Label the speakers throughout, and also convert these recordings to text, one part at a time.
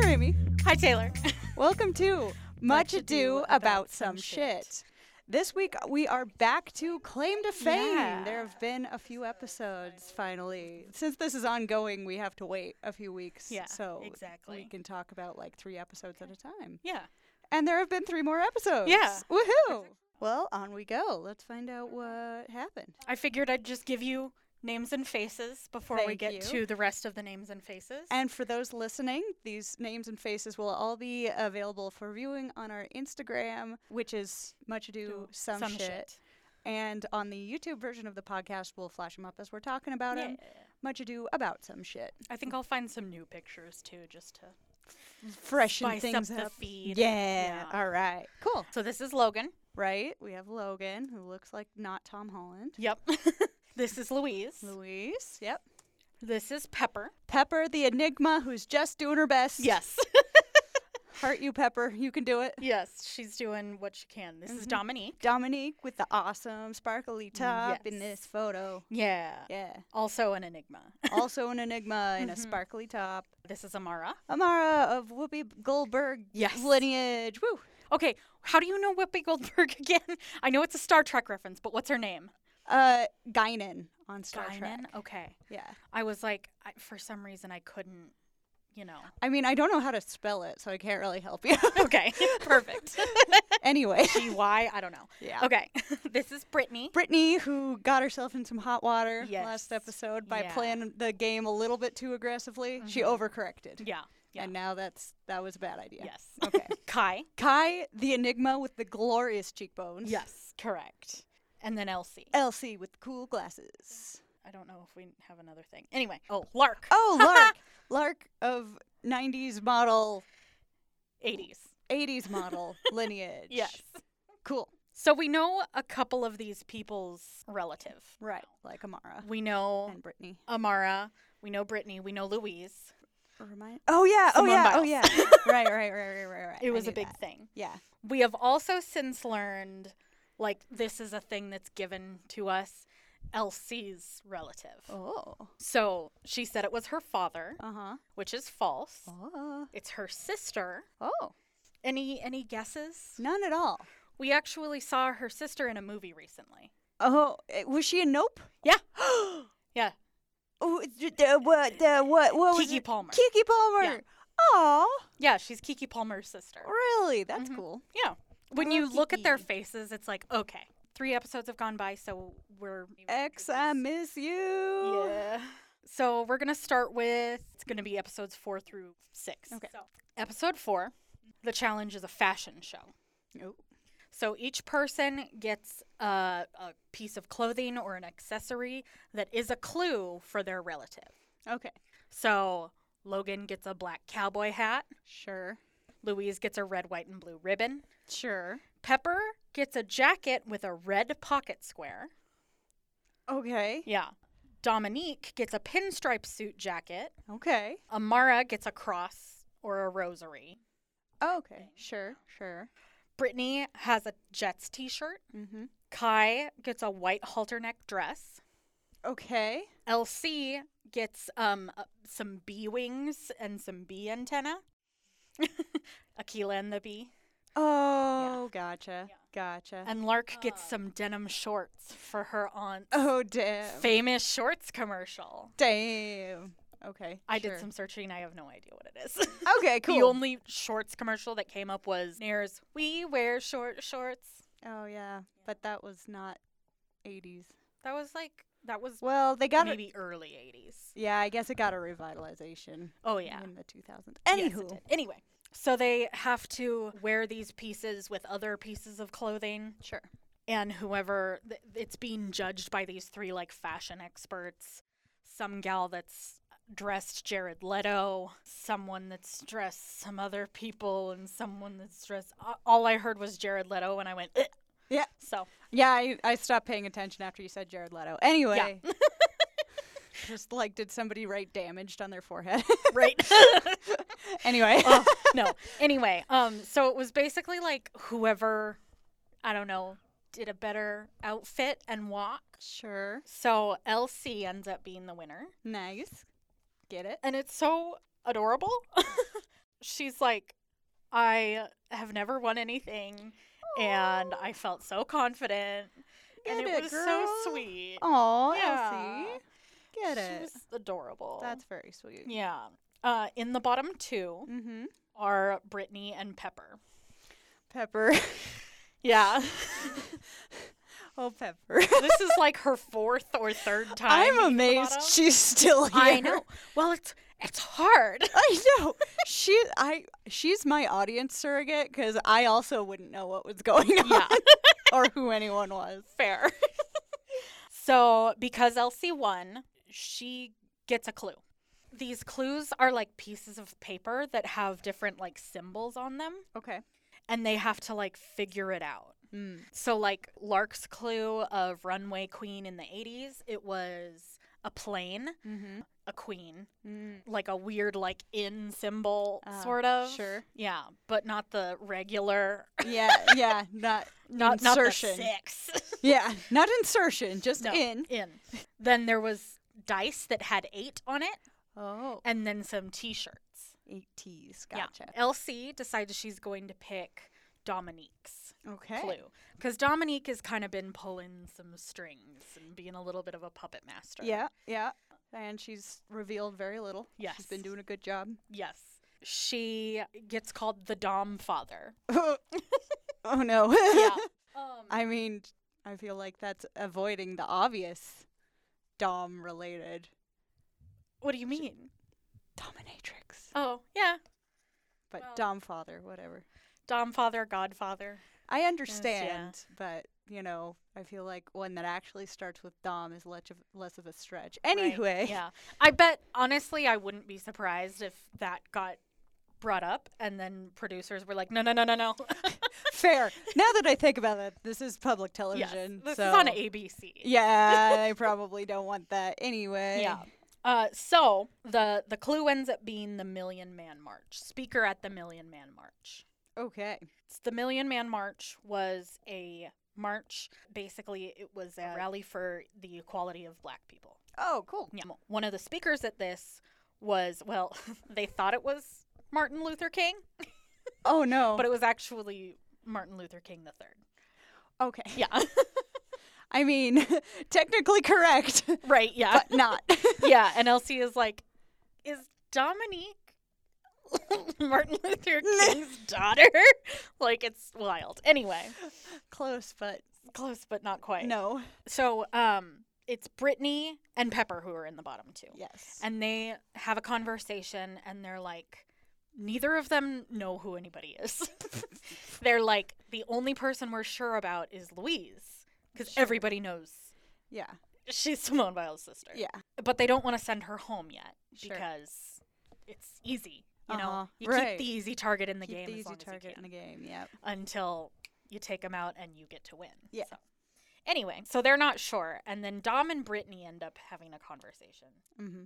Speaker 1: Hi, Taylor.
Speaker 2: Welcome to Much Ado About Some Shit. This week we are back to Claim to Fame.
Speaker 1: Yeah.
Speaker 2: There have been a few episodes finally. Since this is ongoing, we have to wait a few weeks.
Speaker 1: Yeah,
Speaker 2: so
Speaker 1: exactly.
Speaker 2: We can talk about like three episodes at a time.
Speaker 1: Yeah.
Speaker 2: And there have been three more episodes.
Speaker 1: Yeah.
Speaker 2: Woohoo! Well, on we go. Let's find out what happened.
Speaker 1: I figured I'd just give you names and faces before we
Speaker 2: Thank
Speaker 1: get
Speaker 2: you.
Speaker 1: to the rest of the names and faces.
Speaker 2: And for those listening, these names and faces will all be available for viewing on our Instagram, which is much ado
Speaker 1: Do
Speaker 2: some, shit. And on the YouTube version of the podcast, we'll flash them up as we're talking about them.
Speaker 1: Yeah.
Speaker 2: Much ado about some shit.
Speaker 1: I think I'll find some new pictures too, just to.
Speaker 2: Freshen
Speaker 1: Spice
Speaker 2: things
Speaker 1: up the feed.
Speaker 2: Yeah.
Speaker 1: Yeah.
Speaker 2: All right. Cool.
Speaker 1: So this is Logan.
Speaker 2: Right. We have Logan, who looks like not Tom Holland.
Speaker 1: Yep. this is Louise.
Speaker 2: Luis. Yep.
Speaker 1: This is Pepper.
Speaker 2: Pepper, the Enigma, who's just doing her best.
Speaker 1: Yes.
Speaker 2: Heart you, Pepper. You can do it.
Speaker 1: yes. She's doing what she can. This is Dominique.
Speaker 2: Dominique with the awesome sparkly top in
Speaker 1: Yes.
Speaker 2: this photo.
Speaker 1: Yeah.
Speaker 2: Yeah.
Speaker 1: Also an enigma.
Speaker 2: also an enigma
Speaker 1: Mm-hmm.
Speaker 2: in a sparkly top.
Speaker 1: this is Amara.
Speaker 2: Amara of Whoopi Goldberg
Speaker 1: Yes.
Speaker 2: lineage. Woo.
Speaker 1: Okay. How do you know Whoopi Goldberg again? I know it's a Star Trek reference, but what's her name?
Speaker 2: Uh, Guinan on Star Trek.
Speaker 1: Guinan? Okay.
Speaker 2: Yeah.
Speaker 1: I was like, I, for some reason, I couldn't, you know.
Speaker 2: I mean, I don't know how to spell it, so I can't really help you.
Speaker 1: Okay, perfect.
Speaker 2: anyway.
Speaker 1: Why? I don't know.
Speaker 2: Yeah.
Speaker 1: Okay, this is Brittany.
Speaker 2: Brittany, who got herself in some hot water
Speaker 1: Yes.
Speaker 2: last episode by
Speaker 1: Yeah. Mm-hmm.
Speaker 2: playing the game a little bit too aggressively, she overcorrected.
Speaker 1: Yeah. Yeah.
Speaker 2: And now that's that was a bad idea.
Speaker 1: yes.
Speaker 2: Okay.
Speaker 1: Kai.
Speaker 2: Kai, the enigma with the glorious cheekbones.
Speaker 1: Yes, correct. And then Elsie.
Speaker 2: Elsie with cool glasses.
Speaker 1: I don't know if we have another thing. Anyway. Oh, Lark.
Speaker 2: Oh, Lark. Lark of 90s model,
Speaker 1: 80s.
Speaker 2: 80s model lineage.
Speaker 1: Yes.
Speaker 2: Cool.
Speaker 1: So we know a couple of these people's relative.
Speaker 2: Right. Like Amara
Speaker 1: We know
Speaker 2: and Brittany.
Speaker 1: Amara. We know Brittany. We know Louise.
Speaker 2: Remind- oh, yeah.
Speaker 1: Simone
Speaker 2: oh, yeah. Oh,
Speaker 1: Biles.
Speaker 2: yeah. right, right, right, right, right, right.
Speaker 1: It
Speaker 2: I
Speaker 1: was a
Speaker 2: knew
Speaker 1: big
Speaker 2: that.
Speaker 1: thing.
Speaker 2: Yeah.
Speaker 1: We have also since learned, like, this is a thing that's given to us, Elsie's relative.
Speaker 2: Oh.
Speaker 1: So she said it was her father,
Speaker 2: Uh huh.
Speaker 1: which is false.
Speaker 2: Oh.
Speaker 1: It's her sister.
Speaker 2: Oh.
Speaker 1: Any any guesses?
Speaker 2: None at all.
Speaker 1: We actually saw her sister in a movie recently.
Speaker 2: Oh, eh, was she in Nope?
Speaker 1: Yeah. yeah.
Speaker 2: Oh, d- d- uh, what? Uh, what? What was
Speaker 1: Kiki
Speaker 2: it?
Speaker 1: Palmer.
Speaker 2: Kiki Palmer. Oh,
Speaker 1: Yeah, she's Kiki Palmer's sister.
Speaker 2: really? That's cool.
Speaker 1: Yeah. When
Speaker 2: love
Speaker 1: you look at their
Speaker 2: Kiki.
Speaker 1: faces, it's like, okay, three episodes have gone by, so we're
Speaker 2: X, I miss you.
Speaker 1: Yeah. So we're gonna start with it's gonna be episodes four through six.
Speaker 2: Okay.
Speaker 1: So episode four, the challenge is a fashion show.
Speaker 2: Oh.
Speaker 1: So each person gets a, a piece of clothing or an accessory that is a clue for their relative.
Speaker 2: Okay.
Speaker 1: So Logan gets a black cowboy hat.
Speaker 2: Sure.
Speaker 1: Louise gets a red, white, and blue ribbon.
Speaker 2: Sure.
Speaker 1: Pepper gets a jacket with a red pocket square.
Speaker 2: Okay.
Speaker 1: Yeah. Dominique gets a pinstripe suit jacket.
Speaker 2: Okay.
Speaker 1: Amara gets a cross or a rosary.
Speaker 2: Okay. Sure. Sure.
Speaker 1: Brittany has a Jets t shirt.
Speaker 2: Mm-hmm.
Speaker 1: Kai gets a white halter neck dress.
Speaker 2: Okay.
Speaker 1: LC gets um, uh, some bee wings and some bee antenna. Aquila and the bee.
Speaker 2: Oh, gotcha. Gotcha.
Speaker 1: And Lark gets some denim shorts for her aunt's
Speaker 2: oh, damn.
Speaker 1: famous shorts commercial.
Speaker 2: damn. Okay.
Speaker 1: I
Speaker 2: sure.
Speaker 1: did some searching. I have no idea what it is.
Speaker 2: Okay. Cool.
Speaker 1: The only shorts commercial that came up was Nair's We Wear Short Shorts.
Speaker 2: oh yeah, but that was not 80s.
Speaker 1: That was like that was
Speaker 2: Well, they got it.
Speaker 1: maybe early '80s.
Speaker 2: Yeah, I guess it got a revitalization.
Speaker 1: Oh yeah.
Speaker 2: In the 2000s.
Speaker 1: Yes, it
Speaker 2: Anywho.
Speaker 1: did. Anyway, so they have to wear these pieces with other pieces of clothing,
Speaker 2: sure.
Speaker 1: and whoever th- it's being judged by these three like fashion experts. Some gal that's dressed Jared Leto, someone that's dressed some other people, and someone that's dressed. a- All I heard was Jared Leto, and I went. "Ugh."
Speaker 2: Yeah.
Speaker 1: So
Speaker 2: Yeah, I, I stopped paying attention after you said Jared Leto. Anyway. Just like, did somebody write damaged on their forehead?
Speaker 1: right.
Speaker 2: anyway.
Speaker 1: Oh. no. Anyway, um, so it was basically like whoever, I don't know, did a better outfit and walk.
Speaker 2: Sure.
Speaker 1: So Elsie ends up being the winner,
Speaker 2: Nice. Get it?
Speaker 1: and it's so adorable. she's like, I have never won anything, and I felt so confident,
Speaker 2: Get
Speaker 1: and it,
Speaker 2: it,
Speaker 1: was
Speaker 2: girl.
Speaker 1: so sweet.
Speaker 2: Aw,
Speaker 1: Yeah.
Speaker 2: Elsie. Get
Speaker 1: She
Speaker 2: it.
Speaker 1: was adorable.
Speaker 2: That's very sweet.
Speaker 1: yeah. Uh, in the bottom two
Speaker 2: Mm-hmm.
Speaker 1: are Brittany and Pepper.
Speaker 2: Pepper.
Speaker 1: Yeah,
Speaker 2: oh, Pepper.
Speaker 1: this is like her fourth or third time.
Speaker 2: I'm
Speaker 1: being the
Speaker 2: amazed
Speaker 1: bottom.
Speaker 2: she's still here.
Speaker 1: I know. Well, it's it's hard.
Speaker 2: I know. She I she's my audience surrogate cuz I also wouldn't know what was going on
Speaker 1: yeah,
Speaker 2: or who anyone was.
Speaker 1: fair. so because Elsie won, she gets a clue. These clues are like pieces of paper that have different like symbols on them,
Speaker 2: Okay.
Speaker 1: and they have to like figure it out.
Speaker 2: Mm.
Speaker 1: So, like Lark's clue of Runway Queen in the 80s, it was a plane,
Speaker 2: Mhm.
Speaker 1: a queen,
Speaker 2: Mm.
Speaker 1: like a weird, like in symbol,
Speaker 2: Ah,
Speaker 1: sort of.
Speaker 2: sure.
Speaker 1: Yeah, but not the regular,
Speaker 2: Yeah, yeah, not
Speaker 1: not, not the
Speaker 2: insertion.
Speaker 1: six.
Speaker 2: yeah, not insertion, just
Speaker 1: No,
Speaker 2: in.
Speaker 1: In. Then there was dice that had eight on it,
Speaker 2: Oh,
Speaker 1: and then some t shirts.
Speaker 2: eight T's. Gotcha.
Speaker 1: Yeah. Elsie decides she's going to pick Dominique's.
Speaker 2: Okay.
Speaker 1: Clue, because Dominique has kind of been pulling some strings and being a little bit of a puppet master.
Speaker 2: Yeah, yeah. And she's revealed very little. She's been
Speaker 1: Yes.
Speaker 2: doing a good job.
Speaker 1: Yes. She gets called the Dom Father.
Speaker 2: oh no.
Speaker 1: Yeah. Um,
Speaker 2: I mean, I feel like that's avoiding the obvious Dom related
Speaker 1: what do you mean?
Speaker 2: dominatrix.
Speaker 1: Oh, yeah.
Speaker 2: But
Speaker 1: Well-
Speaker 2: Dom father, whatever.
Speaker 1: Dom Father, Godfather.
Speaker 2: I
Speaker 1: yeah.
Speaker 2: understand, but you know, I feel like one that actually starts with Dom is less of, less of a stretch.
Speaker 1: right?
Speaker 2: Anyway,
Speaker 1: Yeah. I bet, honestly, I wouldn't be surprised if that got brought up and then producers were like, no, no, no, no, no.
Speaker 2: fair. Now that I think about it, this is public
Speaker 1: yes.
Speaker 2: television.
Speaker 1: This
Speaker 2: so
Speaker 1: is on ABC.
Speaker 2: Yeah, I probably don't want that anyway.
Speaker 1: Yeah. Uh, so the, the clue ends up being the Million Man March, speaker at the Million Man March.
Speaker 2: Okay.
Speaker 1: s- the Million Man March was a march. Basically, it was a rally for the equality of black people.
Speaker 2: Oh, cool.
Speaker 1: Yeah. One of the speakers at this was, well, they thought it was Martin Luther King,
Speaker 2: Oh no.
Speaker 1: but it was actually Martin Luther King the third.
Speaker 2: okay.
Speaker 1: Yeah.
Speaker 2: I mean, technically correct,
Speaker 1: right. Yeah.
Speaker 2: but not.
Speaker 1: yeah. And Elsie is like, is Dominique Martin Luther King's daughter? like, it's wild. Anyway,
Speaker 2: Close, but
Speaker 1: close, but not quite.
Speaker 2: no.
Speaker 1: So um it's Brittany and Pepper who are in the bottom two.
Speaker 2: Yes.
Speaker 1: And they have a conversation and they're like neither of them know who anybody is. they're like the only person we're sure about is Louise cuz everybody knows
Speaker 2: yeah.
Speaker 1: she's Simone Biles' sister.
Speaker 2: Yeah.
Speaker 1: But they don't want to send her home yet
Speaker 2: Sure.
Speaker 1: because it's easy. You
Speaker 2: Uh-huh.
Speaker 1: know, you
Speaker 2: Right.
Speaker 1: keep the easy target in the
Speaker 2: Keep
Speaker 1: game
Speaker 2: the
Speaker 1: as
Speaker 2: easy
Speaker 1: long as you
Speaker 2: target
Speaker 1: can
Speaker 2: in the game. Yep.
Speaker 1: until you take them out and you get to win.
Speaker 2: Yeah.
Speaker 1: So. Anyway, so they're not sure. And then Dom and Brittany end up having a conversation.
Speaker 2: Mm-hmm.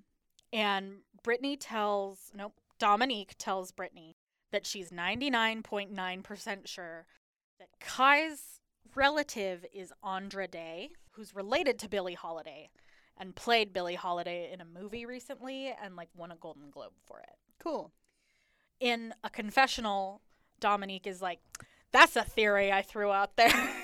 Speaker 1: And Brittany tells, nope, Dominique tells Brittany that she's 99.9% sure that Kai's relative is Andra Day, who's related to Billie Holiday and played Billie Holiday in a movie recently and like won a Golden Globe for it
Speaker 2: Cool.
Speaker 1: in a confessional, Dominique is like, "That's a theory I threw out there."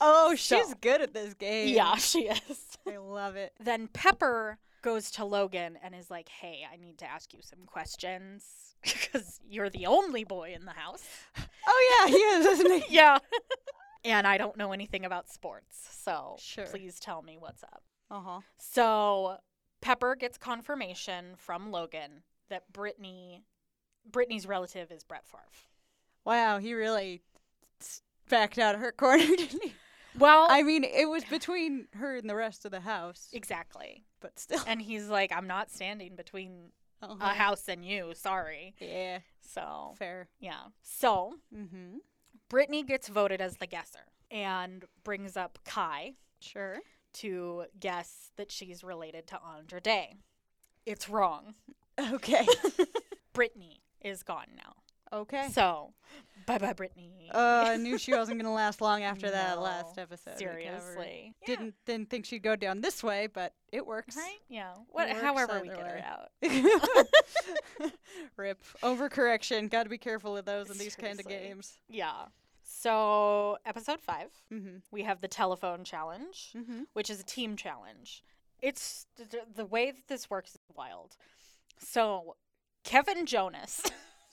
Speaker 2: oh,
Speaker 1: So-
Speaker 2: she's good at this game.
Speaker 1: yeah, she is.
Speaker 2: I love it.
Speaker 1: Then Pepper goes to Logan and is like, "Hey, I need to ask you some questions because you're the only boy in the house."
Speaker 2: Oh yeah, yeah, doesn't it?
Speaker 1: yeah. and I don't know anything about sports, so
Speaker 2: Sure.
Speaker 1: please tell me what's up.
Speaker 2: Uh huh.
Speaker 1: So Pepper gets confirmation from Logan that Brittany, Brittany's relative is Brett Favre.
Speaker 2: Wow, he really s- backed out of her corner, didn't he?
Speaker 1: Well,
Speaker 2: I mean, it was between her and the rest of the house,
Speaker 1: exactly.
Speaker 2: but still.
Speaker 1: And he's like, I'm not standing between a
Speaker 2: Uh-huh.
Speaker 1: house and you. Sorry.
Speaker 2: Yeah,
Speaker 1: So,
Speaker 2: fair.
Speaker 1: yeah. So,
Speaker 2: Mm-hmm.
Speaker 1: Brittany gets voted as the guesser and brings up Kai
Speaker 2: Sure.
Speaker 1: to guess that she's related to Andre Day. It's wrong.
Speaker 2: Okay.
Speaker 1: Brittany is gone now.
Speaker 2: okay.
Speaker 1: So, Bye bye, Brittany.
Speaker 2: Uh, I knew she wasn't gonna last long after that
Speaker 1: No,
Speaker 2: last episode. we covered.
Speaker 1: Seriously. Yeah,
Speaker 2: Didn't didn't think she'd go down this way, but it works.
Speaker 1: Right? Yeah. What,
Speaker 2: works
Speaker 1: however, we
Speaker 2: either
Speaker 1: get
Speaker 2: way.
Speaker 1: her out.
Speaker 2: Rip. Overcorrection. Got to be careful of those in these kind of
Speaker 1: Seriously.
Speaker 2: games.
Speaker 1: Yeah. So, episode five,
Speaker 2: Mm-hmm.
Speaker 1: we have the telephone challenge.
Speaker 2: Mm-hmm.
Speaker 1: which is a team challenge. It's th- th- the way that this works is wild. So, Kevin Jonas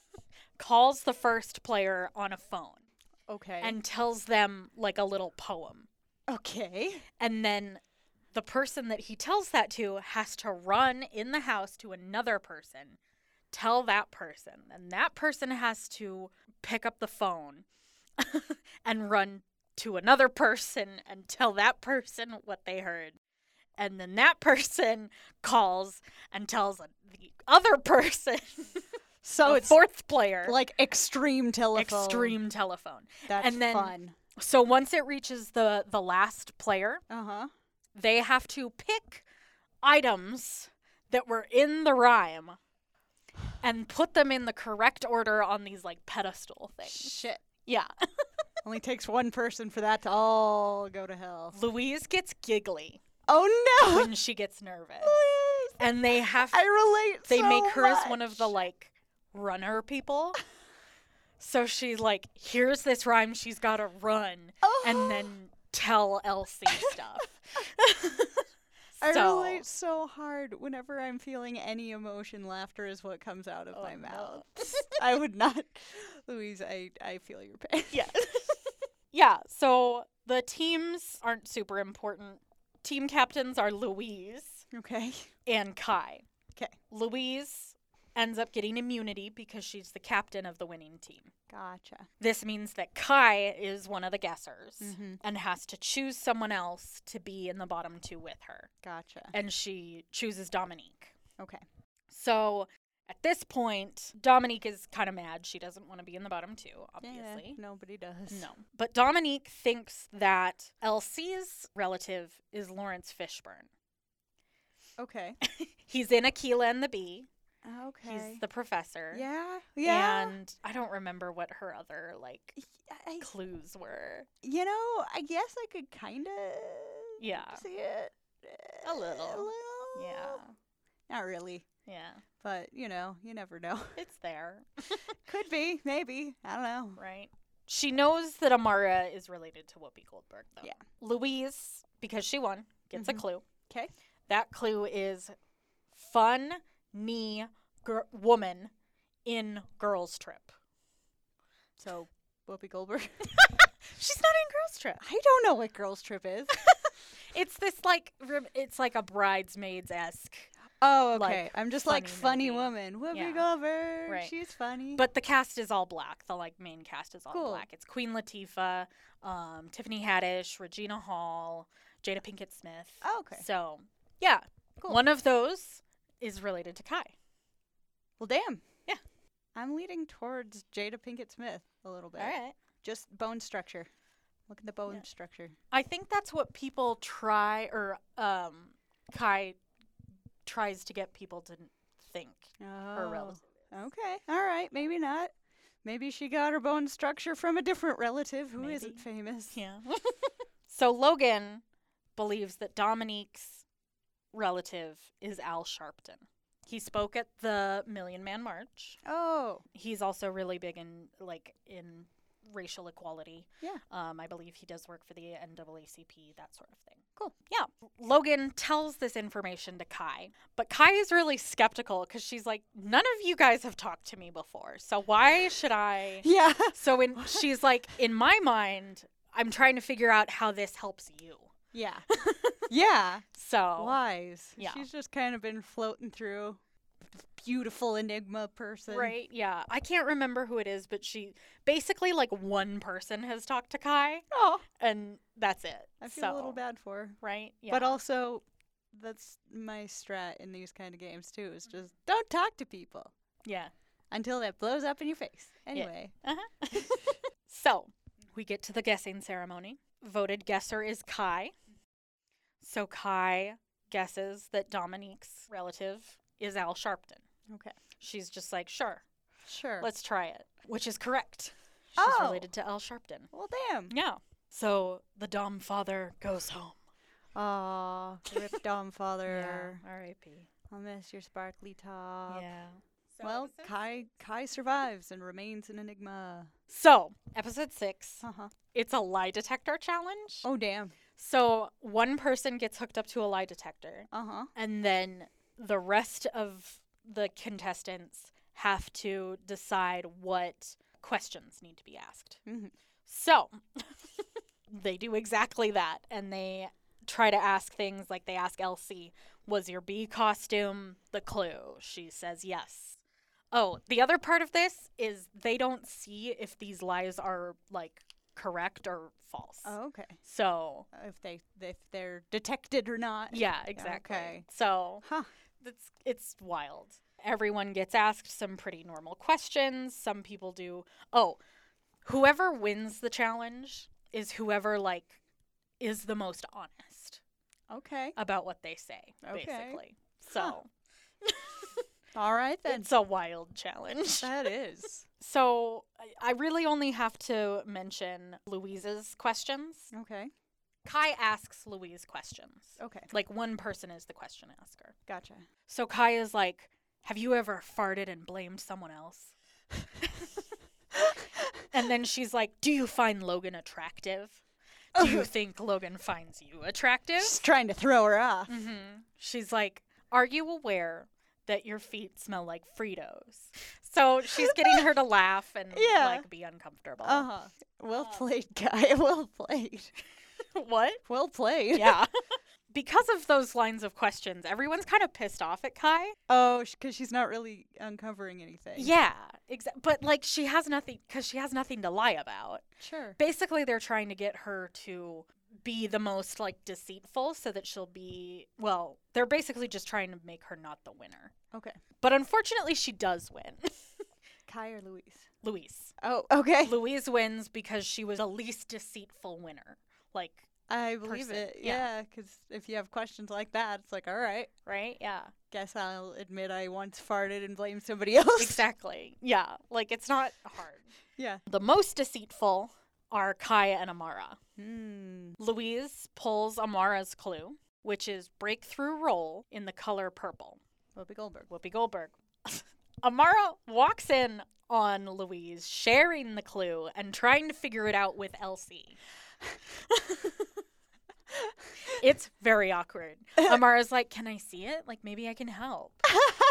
Speaker 1: calls the first player on a phone
Speaker 2: Okay.
Speaker 1: and tells them like a little poem.
Speaker 2: okay.
Speaker 1: And then the person that he tells that to has to run in the house to another person, tell that person. And that person has to pick up the phone and run to another person and tell that person what they heard. And then that person calls and tells the other person,
Speaker 2: So
Speaker 1: the
Speaker 2: it's
Speaker 1: fourth player,
Speaker 2: like extreme telephone.
Speaker 1: extreme telephone.
Speaker 2: That's
Speaker 1: and then-
Speaker 2: fun.
Speaker 1: So once it reaches the the last player,
Speaker 2: Uh huh.
Speaker 1: they have to pick items that were in the rhyme and put them in the correct order on these like pedestal things.
Speaker 2: Shit.
Speaker 1: Yeah.
Speaker 2: Only takes one person for that to all go to hell.
Speaker 1: Louise gets giggly
Speaker 2: Oh no.
Speaker 1: when she gets nervous. And they have
Speaker 2: I relate.
Speaker 1: they
Speaker 2: so
Speaker 1: make her as one of the
Speaker 2: much.
Speaker 1: like runner people. So she's like, here's this rhyme she's gotta run
Speaker 2: Oh.
Speaker 1: and then tell Elsie stuff.
Speaker 2: I
Speaker 1: So-
Speaker 2: relate so hard whenever I'm feeling any emotion. Laughter is what comes out of
Speaker 1: Oh,
Speaker 2: my
Speaker 1: no.
Speaker 2: mouth. I would not, Louise. I I feel your pain.
Speaker 1: Yeah. yeah. So the teams aren't super important. Team captains are Louise
Speaker 2: Okay.
Speaker 1: and Kai.
Speaker 2: 'Kay.
Speaker 1: Louise ends up getting immunity because she's the captain of the winning team.
Speaker 2: Gotcha.
Speaker 1: This means that Kai is one of the guessers
Speaker 2: Mhm.
Speaker 1: and has to choose someone else to be in the bottom two with her.
Speaker 2: Gotcha.
Speaker 1: And she chooses Dominique.
Speaker 2: Okay.
Speaker 1: So at this point, Dominique is kind of mad. She doesn't want to be in the bottom two,
Speaker 2: Yeah,
Speaker 1: obviously.
Speaker 2: nobody does.
Speaker 1: No. But Dominique thinks that Elsie's relative is Lawrence Fishburne.
Speaker 2: Okay.
Speaker 1: He's in Aquila and the Bee.
Speaker 2: Okay.
Speaker 1: He's the professor.
Speaker 2: yeah. Yeah.
Speaker 1: And I don't remember what her other like
Speaker 2: I,
Speaker 1: clues were.
Speaker 2: you know, I guess I could kind of
Speaker 1: Yeah.
Speaker 2: see it.
Speaker 1: A
Speaker 2: uh,
Speaker 1: little.
Speaker 2: A little.
Speaker 1: Yeah.
Speaker 2: Not really,
Speaker 1: Yeah.
Speaker 2: but you know, you never know.
Speaker 1: It's there,
Speaker 2: could be, maybe. I don't know.
Speaker 1: right? She knows that Amara is related to Whoopi Goldberg though.
Speaker 2: Yeah.
Speaker 1: Louise, because she won, gets
Speaker 2: Mhm.
Speaker 1: a clue.
Speaker 2: 'Kay.
Speaker 1: That clue is fun knee gir- woman in girls trip.
Speaker 2: So, Whoopi Goldberg.
Speaker 1: She's not in girls trip.
Speaker 2: I don't know what Girls Trip is.
Speaker 1: It's this like rem- it's like a bridesmaids esque,
Speaker 2: oh,
Speaker 1: Like,
Speaker 2: okay. I'm just like
Speaker 1: funny
Speaker 2: funny
Speaker 1: movie.
Speaker 2: woman. Whoopi
Speaker 1: Yeah.
Speaker 2: Goldberg.
Speaker 1: Right.
Speaker 2: She's funny.
Speaker 1: but the cast is all black. The like main cast is all
Speaker 2: Cool.
Speaker 1: black. It's Queen Latifah, um, Tiffany Haddish, Regina Hall, Jada Pinkett Smith.
Speaker 2: Oh, okay.
Speaker 1: So yeah,
Speaker 2: Cool.
Speaker 1: one of those is related to Kai.
Speaker 2: well, damn.
Speaker 1: Yeah.
Speaker 2: I'm leading towards Jada Pinkett Smith a little bit.
Speaker 1: right.
Speaker 2: Just bone structure. Look at the bone
Speaker 1: Yeah.
Speaker 2: structure.
Speaker 1: I think that's what people try or um, Kai tries to get people to think
Speaker 2: Oh.
Speaker 1: her relative.
Speaker 2: Okay. All right. Maybe not. Maybe she got her bone structure from a different relative who not
Speaker 1: Maybe.
Speaker 2: famous.
Speaker 1: Yeah. so Logan believes that Dominique's relative is Al Sharpton. He spoke at the Million Man March.
Speaker 2: Oh.
Speaker 1: He's also really big in like in racial equality.
Speaker 2: Yeah.
Speaker 1: Um, I believe he does work for the NAACP, that sort of thing. Cool. Yeah. Logan tells this information to Kai, but Kai is really skeptical because she's like, none of you guys have talked to me before, so why should I?
Speaker 2: Yeah.
Speaker 1: So in she's like, in my mind, I'm trying to figure out how this helps you.
Speaker 2: Yeah. yeah.
Speaker 1: So
Speaker 2: Wise.
Speaker 1: Yeah.
Speaker 2: She's just kind of been floating through. Beautiful enigma person.
Speaker 1: right, yeah, I can't remember who it is, but she basically like one person has talked to Kai,
Speaker 2: Oh.
Speaker 1: and that's it.
Speaker 2: I feel a little
Speaker 1: So,
Speaker 2: bad for her.
Speaker 1: right? Yeah,
Speaker 2: But uh, also, that's my strat in these kind of games too. Is just don't talk to people
Speaker 1: yeah.
Speaker 2: until that blows up in your face. Anyway.
Speaker 1: Uh-huh. so we get to the guessing ceremony. Voted guesser is Kai. So Kai guesses that Dominique's relative is Al Sharpton.
Speaker 2: Okay.
Speaker 1: She's just like, sure,
Speaker 2: Sure.
Speaker 1: let's try it, which is correct. She's
Speaker 2: Oh.
Speaker 1: related to Al Sharpton.
Speaker 2: Well, damn.
Speaker 1: Yeah. So the Dom father goes home.
Speaker 2: Aw, rip Dom father.
Speaker 1: Yeah. R.I.P.
Speaker 2: I'll miss your sparkly top.
Speaker 1: Yeah.
Speaker 3: So
Speaker 2: Well,
Speaker 3: episode-
Speaker 2: Kai Kai survives and remains an enigma.
Speaker 1: So episode six,
Speaker 2: Uh-huh.
Speaker 1: it's a lie detector challenge.
Speaker 2: Oh damn.
Speaker 1: So one person gets hooked up to a lie detector,
Speaker 2: Uh-huh.
Speaker 1: and then the rest of the contestants have to decide what questions need to be asked.
Speaker 2: Mhm.
Speaker 1: So they do exactly that, and they try to ask things like they ask Elsie, "Was your bee costume the clue?" She says yes. Oh, the other part of this is they don't see if these lies are like correct or false.
Speaker 2: Oh, okay.
Speaker 1: So
Speaker 2: If they if they're detected or not.
Speaker 1: yeah, exactly.
Speaker 2: okay.
Speaker 1: So
Speaker 2: Huh.
Speaker 1: it's it's wild. Everyone gets asked some pretty normal questions. Some people do. Oh, whoever wins the challenge is whoever like is the most honest
Speaker 2: Okay.
Speaker 1: about what they say,
Speaker 2: Okay.
Speaker 1: basically. So
Speaker 2: All right then.
Speaker 1: it's a wild challenge.
Speaker 2: That is.
Speaker 1: So I- I really only have to mention Louise's questions.
Speaker 2: Okay.
Speaker 1: Kai asks Louise questions.
Speaker 2: Okay.
Speaker 1: Like one person is the question asker.
Speaker 2: Gotcha.
Speaker 1: So Kai is like, Have you ever farted and blamed someone else? and then she's like, Do you find Logan attractive? Do you think Logan finds you attractive?
Speaker 2: Just Mm-hmm. trying to throw her off.
Speaker 1: hmm She's like, Are you aware that your feet smell like Fritos? So she's getting her to laugh and
Speaker 2: Yeah.
Speaker 1: like be uncomfortable.
Speaker 2: Uh-huh. Well played, guy. Well played.
Speaker 1: what?
Speaker 2: Well played.
Speaker 1: Yeah. because of those lines of questions, everyone's kind of pissed off at Kai.
Speaker 2: Oh, because she's not really uncovering anything.
Speaker 1: Yeah, exactly. But like, she has nothing because she has nothing to lie about.
Speaker 2: Sure.
Speaker 1: Basically, they're trying to get her to be the most like deceitful, so that she'll be well. They're basically just trying to make her not the winner.
Speaker 2: Okay.
Speaker 1: But unfortunately, she does win.
Speaker 2: Kai or Louise?
Speaker 1: Louise.
Speaker 2: Oh, okay.
Speaker 1: Louise wins because she was the least deceitful winner. Like,
Speaker 2: I believe
Speaker 1: person,
Speaker 2: it.
Speaker 1: yeah.
Speaker 2: Yeah, because if you have questions like that, it's like, all right,
Speaker 1: right? Yeah.
Speaker 2: guess I'll admit I once farted and blame somebody else.
Speaker 1: Exactly. Yeah. Like, it's not hard.
Speaker 2: Yeah.
Speaker 1: The most deceitful are Kaya and Amara.
Speaker 2: Hmm.
Speaker 1: Louise pulls Amara's clue, which is breakthrough roll in the color purple.
Speaker 2: Whoopi Goldberg.
Speaker 1: Whoopi Goldberg. Amara walks in on Louise, sharing the clue and trying to figure it out with Elsie. it's very awkward. Amara's like, Can I see it? Like, maybe I can help.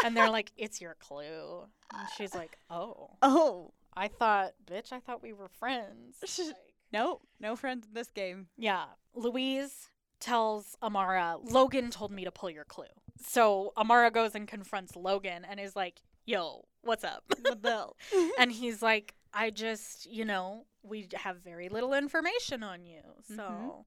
Speaker 1: And they're like, It's your clue. And she's like, Oh,
Speaker 2: Oh,
Speaker 1: I thought, bitch, I thought we were friends. Like,
Speaker 2: no, no friends in this game.
Speaker 1: yeah. Louise tells Amara, Logan told me to pull your clue. So Amara goes and confronts Logan and is like, yo, what's up?
Speaker 2: What the hell?
Speaker 1: and he's like, I just, you know, we have very little information on you. So
Speaker 2: Mhm.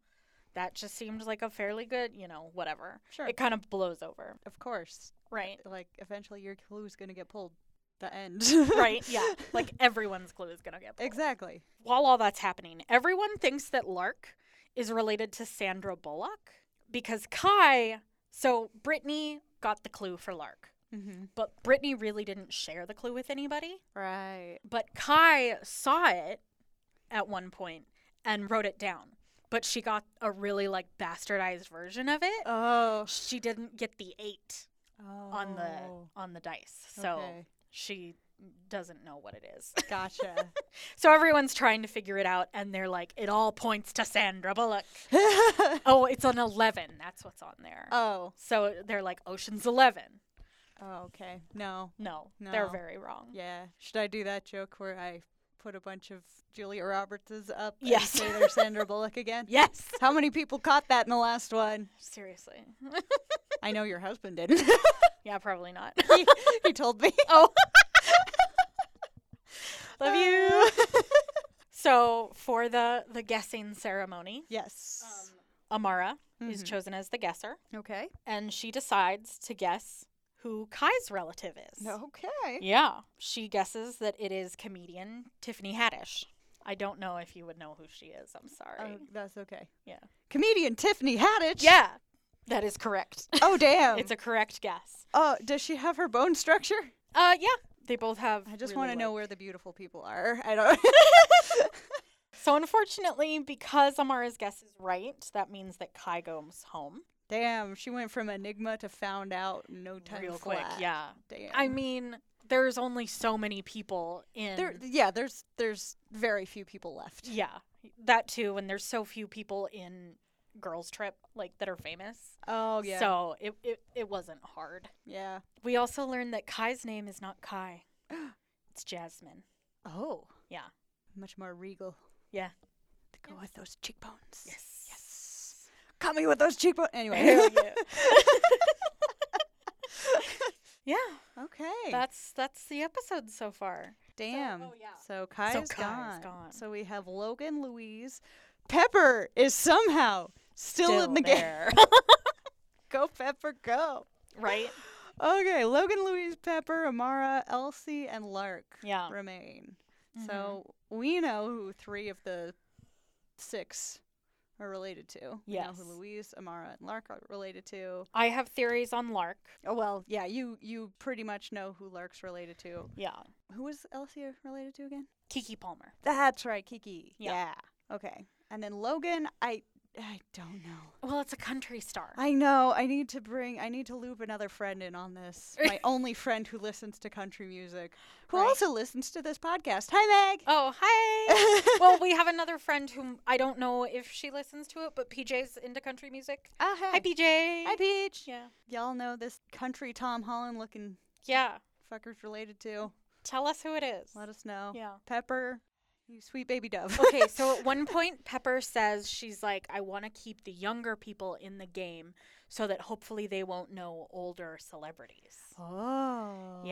Speaker 1: that just seemed like a fairly good, you know, whatever.
Speaker 2: Sure.
Speaker 1: It kind of blows over.
Speaker 2: of course.
Speaker 1: Right.
Speaker 2: Like, eventually your clue's going to get pulled. The end.
Speaker 1: right. Yeah. Like everyone's clue is going to get pulled.
Speaker 2: exactly.
Speaker 1: while all that's happening, everyone thinks that Lark is related to Sandra Bullock because Kai, so Brittany got the clue for Lark,
Speaker 2: Mm-hmm.
Speaker 1: but Brittany really didn't share the clue with anybody.
Speaker 2: Right.
Speaker 1: But Kai saw it at one point and wrote it down, but she got a really like bastardized version of it.
Speaker 2: Oh.
Speaker 1: She didn't get the eight on the
Speaker 2: Oh.
Speaker 1: on the dice, so
Speaker 2: Okay.
Speaker 1: she doesn't know what it is.
Speaker 2: Gotcha.
Speaker 1: So everyone's trying to figure it out, and they're like, it all points to Sandra Bullock. oh, it's an 11. That's what's on there.
Speaker 2: oh.
Speaker 1: so they're like, Ocean's 11.
Speaker 2: Oh, okay. No.
Speaker 1: No, they're
Speaker 2: No.
Speaker 1: very wrong.
Speaker 2: Yeah. Should I do that joke where I put a bunch of Julia Roberts's up
Speaker 1: Yes.
Speaker 2: and say they're Sandra Bullock again?
Speaker 1: Yes.
Speaker 2: How many people caught that in the last one?
Speaker 1: Seriously.
Speaker 2: I know your husband didn't.
Speaker 1: yeah, probably not.
Speaker 2: he, he told me.
Speaker 1: oh. Love you. so for the, the guessing ceremony,
Speaker 2: Yes.
Speaker 1: Amara is
Speaker 2: Mhm.
Speaker 1: chosen as the guesser,
Speaker 2: okay.
Speaker 1: and she decides to guess who Kai's relative is.
Speaker 2: Okay.
Speaker 1: Yeah. She guesses that it is comedian Tiffany Haddish. I don't know if you would know who she is. I'm sorry.
Speaker 2: Oh, that's okay.
Speaker 1: Yeah.
Speaker 2: Comedian Tiffany Haddish.
Speaker 1: yeah. That is correct. Um,
Speaker 2: Oh damn.
Speaker 1: it's a correct guess.
Speaker 2: oh, does she have her bone structure?
Speaker 1: Uh yeah. They both have.
Speaker 2: I just
Speaker 1: really,
Speaker 2: want to know
Speaker 1: like-
Speaker 2: where the beautiful people are. I don't.
Speaker 1: So unfortunately, because Amara's guess is right, that means that Kai goes home
Speaker 2: Damn, she went from enigma to found out in no time
Speaker 1: real
Speaker 2: flat.
Speaker 1: quick. Yeah.
Speaker 2: Damn.
Speaker 1: I mean, there's only so many people in.
Speaker 2: there. Yeah, there's there's very few people left.
Speaker 1: yeah, that too. And there's so few people in Girls Trip like that are famous.
Speaker 2: Oh yeah.
Speaker 1: So it, it it wasn't hard.
Speaker 2: yeah.
Speaker 1: We also learned that Kai's name is not Kai. it's Jasmine.
Speaker 2: Oh.
Speaker 1: Yeah.
Speaker 2: Much more regal.
Speaker 1: Yeah.
Speaker 2: To go with those cheekbones.
Speaker 1: Yes.
Speaker 2: Yes. Cut me with those cheekbones. Anyway.
Speaker 1: Hell yeah. Yeah.
Speaker 2: okay.
Speaker 1: That's that's the episode so far.
Speaker 2: Damn. So,
Speaker 1: oh, yeah.
Speaker 2: Kai
Speaker 1: So
Speaker 2: is
Speaker 1: Kai
Speaker 2: gone.
Speaker 1: is gone.
Speaker 2: So we have Logan, Louise, Pepper is somehow still, in the game.
Speaker 1: there.
Speaker 2: Go Pepper, go.
Speaker 1: right?
Speaker 2: Okay, Logan, Louise, Pepper, Amara, Elsie, and Lark
Speaker 1: Yeah.
Speaker 2: remain. So we know who three of the six are related to. We
Speaker 1: Yes.
Speaker 2: know who Louise, Amara, and Lark are related to.
Speaker 1: I have theories on Lark.
Speaker 2: Oh well, yeah, you you pretty much know who Lark's related to.
Speaker 1: Yeah.
Speaker 2: Who is Elsie related to again?
Speaker 1: Kiki Palmer.
Speaker 2: That's right, Kiki.
Speaker 1: Yeah.
Speaker 2: Yeah. Okay. And then Logan, I I don't know.
Speaker 1: Well, it's a country star.
Speaker 2: I know. I need to bring I need to loop another friend in on this. My only friend who listens to country music. Who
Speaker 1: Right.
Speaker 2: also listens to this podcast. Hi Meg.
Speaker 1: oh, hi. well, we have another friend whom I don't know if she listens to it, but PJ's into country music.
Speaker 2: Ah,
Speaker 1: Hi, PJ.
Speaker 2: Hi Peach.
Speaker 1: Yeah.
Speaker 2: Y'all know this country Tom Holland looking
Speaker 1: Yeah.
Speaker 2: fucker's related to.
Speaker 1: Tell us who it is.
Speaker 2: Let us know.
Speaker 1: Yeah.
Speaker 2: Pepper, you sweet baby dove.
Speaker 1: okay, so at one point, Pepper says she's like, I want to keep the younger people in the game so that hopefully they won't know older celebrities.
Speaker 2: Oh.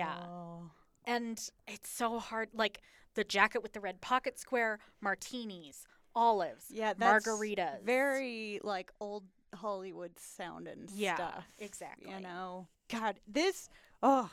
Speaker 1: And it's so hard. Like the jacket with the red pocket square, martinis, olives,
Speaker 2: Yeah, that's
Speaker 1: margaritas.
Speaker 2: Very like old Hollywood sound and
Speaker 1: Yeah,
Speaker 2: stuff.
Speaker 1: exactly.
Speaker 2: You know, God, this oh,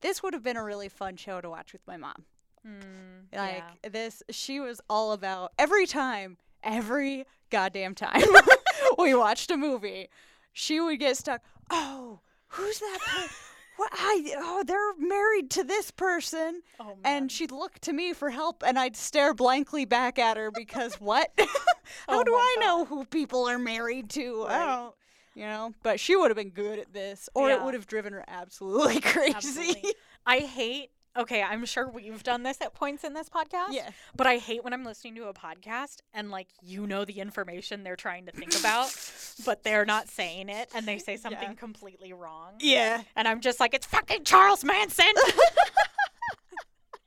Speaker 2: this would have been a really fun show to watch with my mom.
Speaker 1: Mm,
Speaker 2: Like
Speaker 1: yeah.
Speaker 2: this, she was all about every time, every goddamn time we watched a movie, she would get stuck. Oh, who's that? Per- what? I oh, they're married to this person.
Speaker 1: Oh, man.
Speaker 2: And she'd look to me for help, and I'd stare blankly back at her because what? How
Speaker 1: Oh
Speaker 2: do
Speaker 1: my
Speaker 2: I know who people are married to? I
Speaker 1: Right.
Speaker 2: don't, you know. But she would have been good at this, or
Speaker 1: Yeah.
Speaker 2: it would have driven her absolutely crazy.
Speaker 1: Absolutely. I hate. Okay, I'm sure we've done this at points in this podcast.
Speaker 2: Yeah.
Speaker 1: But I hate when I'm listening to a podcast and like you know the information they're trying to think about, but they're not saying it and they say something
Speaker 2: Yeah.
Speaker 1: completely wrong.
Speaker 2: Yeah,
Speaker 1: And I'm just like, it's fucking Charles Manson. I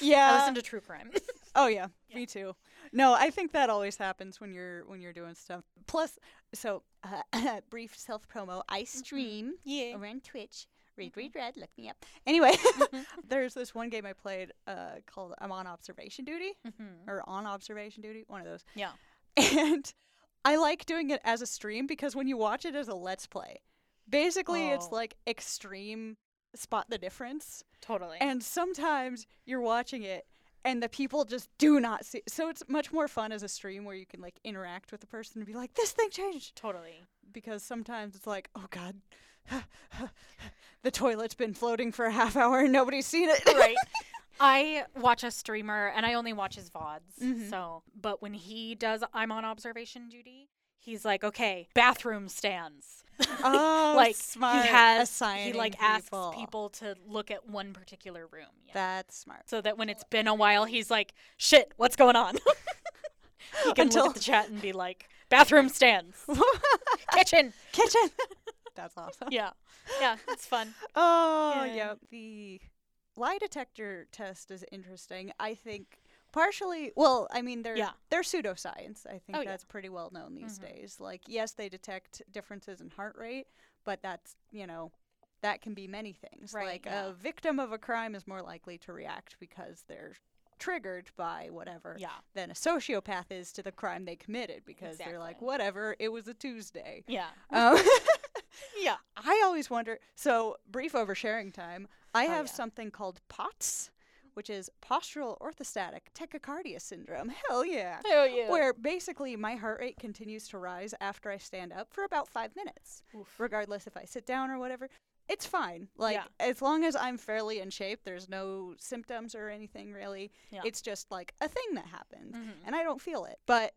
Speaker 2: yeah.
Speaker 1: listen to true crime.
Speaker 2: Oh yeah, me too. No, I think that always happens when you're when you're doing stuff. Plus, so uh, brief self promo. I stream.
Speaker 1: Mm-hmm. yeah. Mm-hmm.
Speaker 2: over on Twitch. Read, read, read. Look me up. Anyway, there's this one game I played uh, called I'm on observation duty
Speaker 1: Mm-hmm.
Speaker 2: or on observation duty, one of those.
Speaker 1: Yeah.
Speaker 2: And I like doing it as a stream because when you watch it as a let's play, basically
Speaker 1: Oh.
Speaker 2: it's like extreme spot the difference.
Speaker 1: Totally.
Speaker 2: And sometimes you're watching it and the people just do not see. So it's much more fun as a stream where you can like interact with the person and be like, this thing changed
Speaker 1: totally.
Speaker 2: because sometimes it's like, oh God, the toilet's been floating for a half hour and nobody's seen it.
Speaker 1: Right. I watch a streamer and I only watch his VODs. So, but when he does I'm on observation duty, he's like, okay, bathroom stands.
Speaker 2: oh,
Speaker 1: like
Speaker 2: smart.
Speaker 1: he has he
Speaker 2: assigning
Speaker 1: like asks
Speaker 2: people.
Speaker 1: people to look at one particular room. Yeah.
Speaker 2: That's smart.
Speaker 1: so that when it's been a while, he's like, "Shit, what's going on?" he can look
Speaker 2: Until-
Speaker 1: at the chat and be like, "Bathroom stands, kitchen."
Speaker 2: Kitchen. That's awesome.
Speaker 1: Yeah, yeah, it's fun.
Speaker 2: Oh,
Speaker 1: Yeah.
Speaker 2: yeah. The lie detector test is interesting. I think partially, well, I mean, they're,
Speaker 1: Yeah.
Speaker 2: they're pseudoscience. I think
Speaker 1: Oh, yeah. Mm-hmm.
Speaker 2: that's pretty well known these days. Like, yes, they detect differences in heart rate, but that's, you know, that can be many things.
Speaker 1: Right,
Speaker 2: like,
Speaker 1: yeah.
Speaker 2: a victim of a crime is more likely to react because they're triggered by whatever
Speaker 1: Yeah,
Speaker 2: than a sociopath is to the crime they committed because they're like,
Speaker 1: Exactly.
Speaker 2: whatever, it was a Tuesday.
Speaker 1: yeah,
Speaker 2: Um,
Speaker 1: yeah.
Speaker 2: I always wonder. So, brief oversharing time. I have
Speaker 1: Oh, yeah.
Speaker 2: something called POTS, which is postural orthostatic tachycardia syndrome. Hell yeah.
Speaker 1: Oh yeah.
Speaker 2: Where basically my heart rate continues to rise after I stand up for about five minutes,
Speaker 1: Oof.
Speaker 2: regardless if I sit down or whatever. it's fine. Like
Speaker 1: Yeah.
Speaker 2: as long as I'm fairly in shape, there's no symptoms or anything really.
Speaker 1: Yeah.
Speaker 2: It's just like a thing that happened,
Speaker 1: Mhm.
Speaker 2: and I don't feel it. But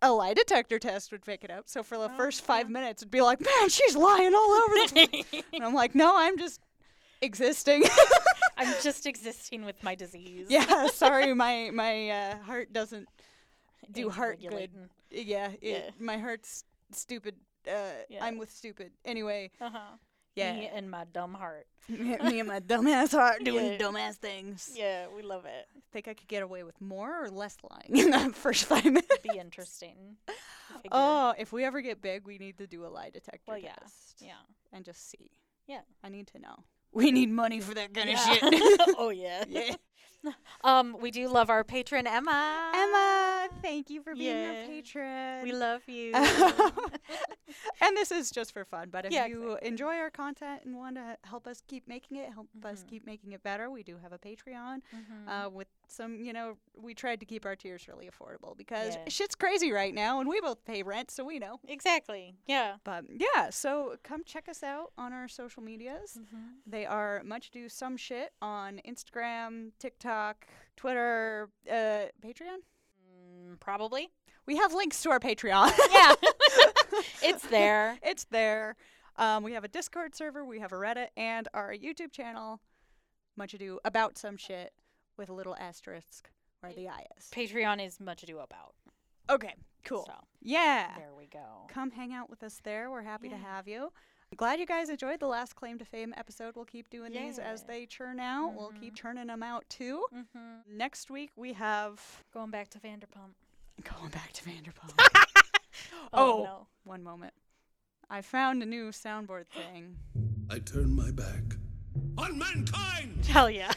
Speaker 2: a lie detector test would pick it up. So for the
Speaker 1: Oh,
Speaker 2: first five minutes, it'd be like, man, she's lying all over the place. and I'm like, no, I'm just existing.
Speaker 1: I'm just existing with my disease.
Speaker 2: yeah, sorry, my my uh, heart doesn't do
Speaker 1: Ain't
Speaker 2: heart good.
Speaker 1: regulating.
Speaker 2: Yeah, it,
Speaker 1: Yeah.
Speaker 2: my heart's stupid. Uh,
Speaker 1: Yeah.
Speaker 2: I'm with stupid. Anyway,
Speaker 1: Uh-huh.
Speaker 2: yeah,
Speaker 1: Me and my dumb heart.
Speaker 2: me, me and my dumbass heart doing
Speaker 1: Yeah.
Speaker 2: dumbass things.
Speaker 1: Yeah, we love it.
Speaker 2: think I could get away with more or less lying in that first five minutes.
Speaker 1: Be interesting. to figure-
Speaker 2: Oh, if we ever get big, we need to do a lie detector
Speaker 1: Well, yeah.
Speaker 2: test.
Speaker 1: yeah.
Speaker 2: And just see.
Speaker 1: Yeah.
Speaker 2: I need to know. We need money for that kind
Speaker 1: Yeah.
Speaker 2: of shit.
Speaker 1: oh yeah.
Speaker 2: yeah.
Speaker 1: Um, we do love our patron Emma.
Speaker 2: Emma, thank you for being
Speaker 1: Yeah.
Speaker 2: our patron.
Speaker 1: we love you. Mm-hmm.
Speaker 2: and this is just for fun, but if
Speaker 1: Yeah,
Speaker 2: you enjoy our content and want to help us keep making it, help us
Speaker 1: Mhm.
Speaker 2: keep making it better, we do have a Patreon
Speaker 1: Mhm.
Speaker 2: uh, with some, you know, we tried to keep our tiers really affordable because
Speaker 1: Yeah.
Speaker 2: shit's crazy right now and we both pay rent, so we know.
Speaker 1: exactly. Yeah.
Speaker 2: But yeah, so come check us out on our social
Speaker 1: Mm-hmm.
Speaker 2: medias. They are much do some shit on Instagram, TikTok, Twitter, uh, Patreon.
Speaker 1: Mm, probably.
Speaker 2: We have links to our Patreon.
Speaker 1: Yeah. it's there.
Speaker 2: it's there. Um, we have a Discord server, we have a Reddit, and our YouTube channel, Much Ado About Some Shit, with a little asterisk where the I is.
Speaker 1: Patreon is much ado about.
Speaker 2: Okay, cool.
Speaker 1: So
Speaker 2: Yeah.
Speaker 1: there we go.
Speaker 2: Come hang out with us there. We're happy to
Speaker 1: Yeah.
Speaker 2: have you. I'm glad you guys enjoyed the last Claim to Fame episode. We'll keep doing these as
Speaker 1: Yeah. Mm-hmm.
Speaker 2: they churn out. We'll keep churning them out too.
Speaker 1: hmm
Speaker 2: Next week we have
Speaker 1: Going back to Vanderpump.
Speaker 2: going back to Vanderpump.
Speaker 1: Oh,
Speaker 2: Oh.
Speaker 1: no.
Speaker 2: One moment. I found a new soundboard thing.
Speaker 3: I turn my back on mankind.
Speaker 1: Hell yeah.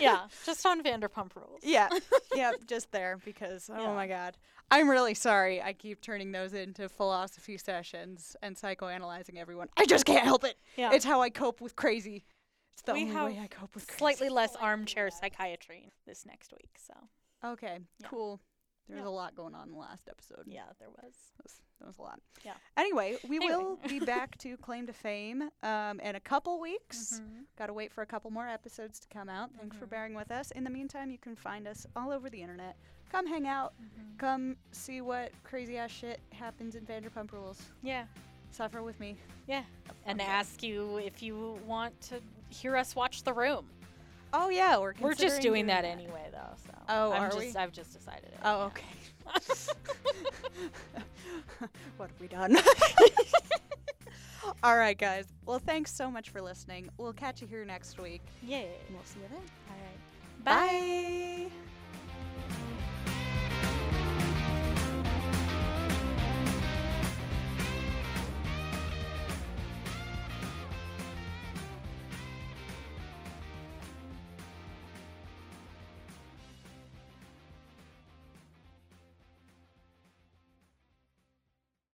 Speaker 1: yeah. Just on Vanderpump rules.
Speaker 2: Yeah, yeah, just there because oh my god, I'm really sorry. I keep turning those into philosophy sessions and psychoanalyzing everyone. I just can't help it.
Speaker 1: Yeah.
Speaker 2: it's how I cope with crazy. It's the
Speaker 1: We
Speaker 2: only
Speaker 1: have
Speaker 2: way I cope with crazy.
Speaker 1: Slightly less armchair psychiatry this next week. So
Speaker 2: Okay,
Speaker 1: Yeah.
Speaker 2: cool. There was
Speaker 1: Yeah.
Speaker 2: a lot going on in the last episode.
Speaker 1: yeah, there was.
Speaker 2: That was, that was a lot.
Speaker 1: Yeah.
Speaker 2: Anyway, we
Speaker 1: Anyway.
Speaker 2: will be back to Claim to Fame um, in a couple
Speaker 1: Mm-hmm.
Speaker 2: weeks. Got to wait for a couple more episodes to come out. Thanks for bearing with us. In the meantime, you can find us all over the internet. Come hang out. Come see what crazy ass shit happens in Vanderpump Rules.
Speaker 1: Yeah.
Speaker 2: Suffer with me.
Speaker 1: Yeah. And ask you if you want to hear us watch the room.
Speaker 2: Oh yeah, we're
Speaker 1: We're just
Speaker 2: considering
Speaker 1: doing that anyway, though. So
Speaker 2: Oh,
Speaker 1: I'm
Speaker 2: are
Speaker 1: just,
Speaker 2: we?
Speaker 1: I've just decided it.
Speaker 2: Oh
Speaker 1: yeah.
Speaker 2: okay. what have we done? all right, guys. Well, thanks so much for listening. We'll catch you here next week.
Speaker 1: Yeah.
Speaker 2: And we'll see you then.
Speaker 1: All right.
Speaker 2: Bye.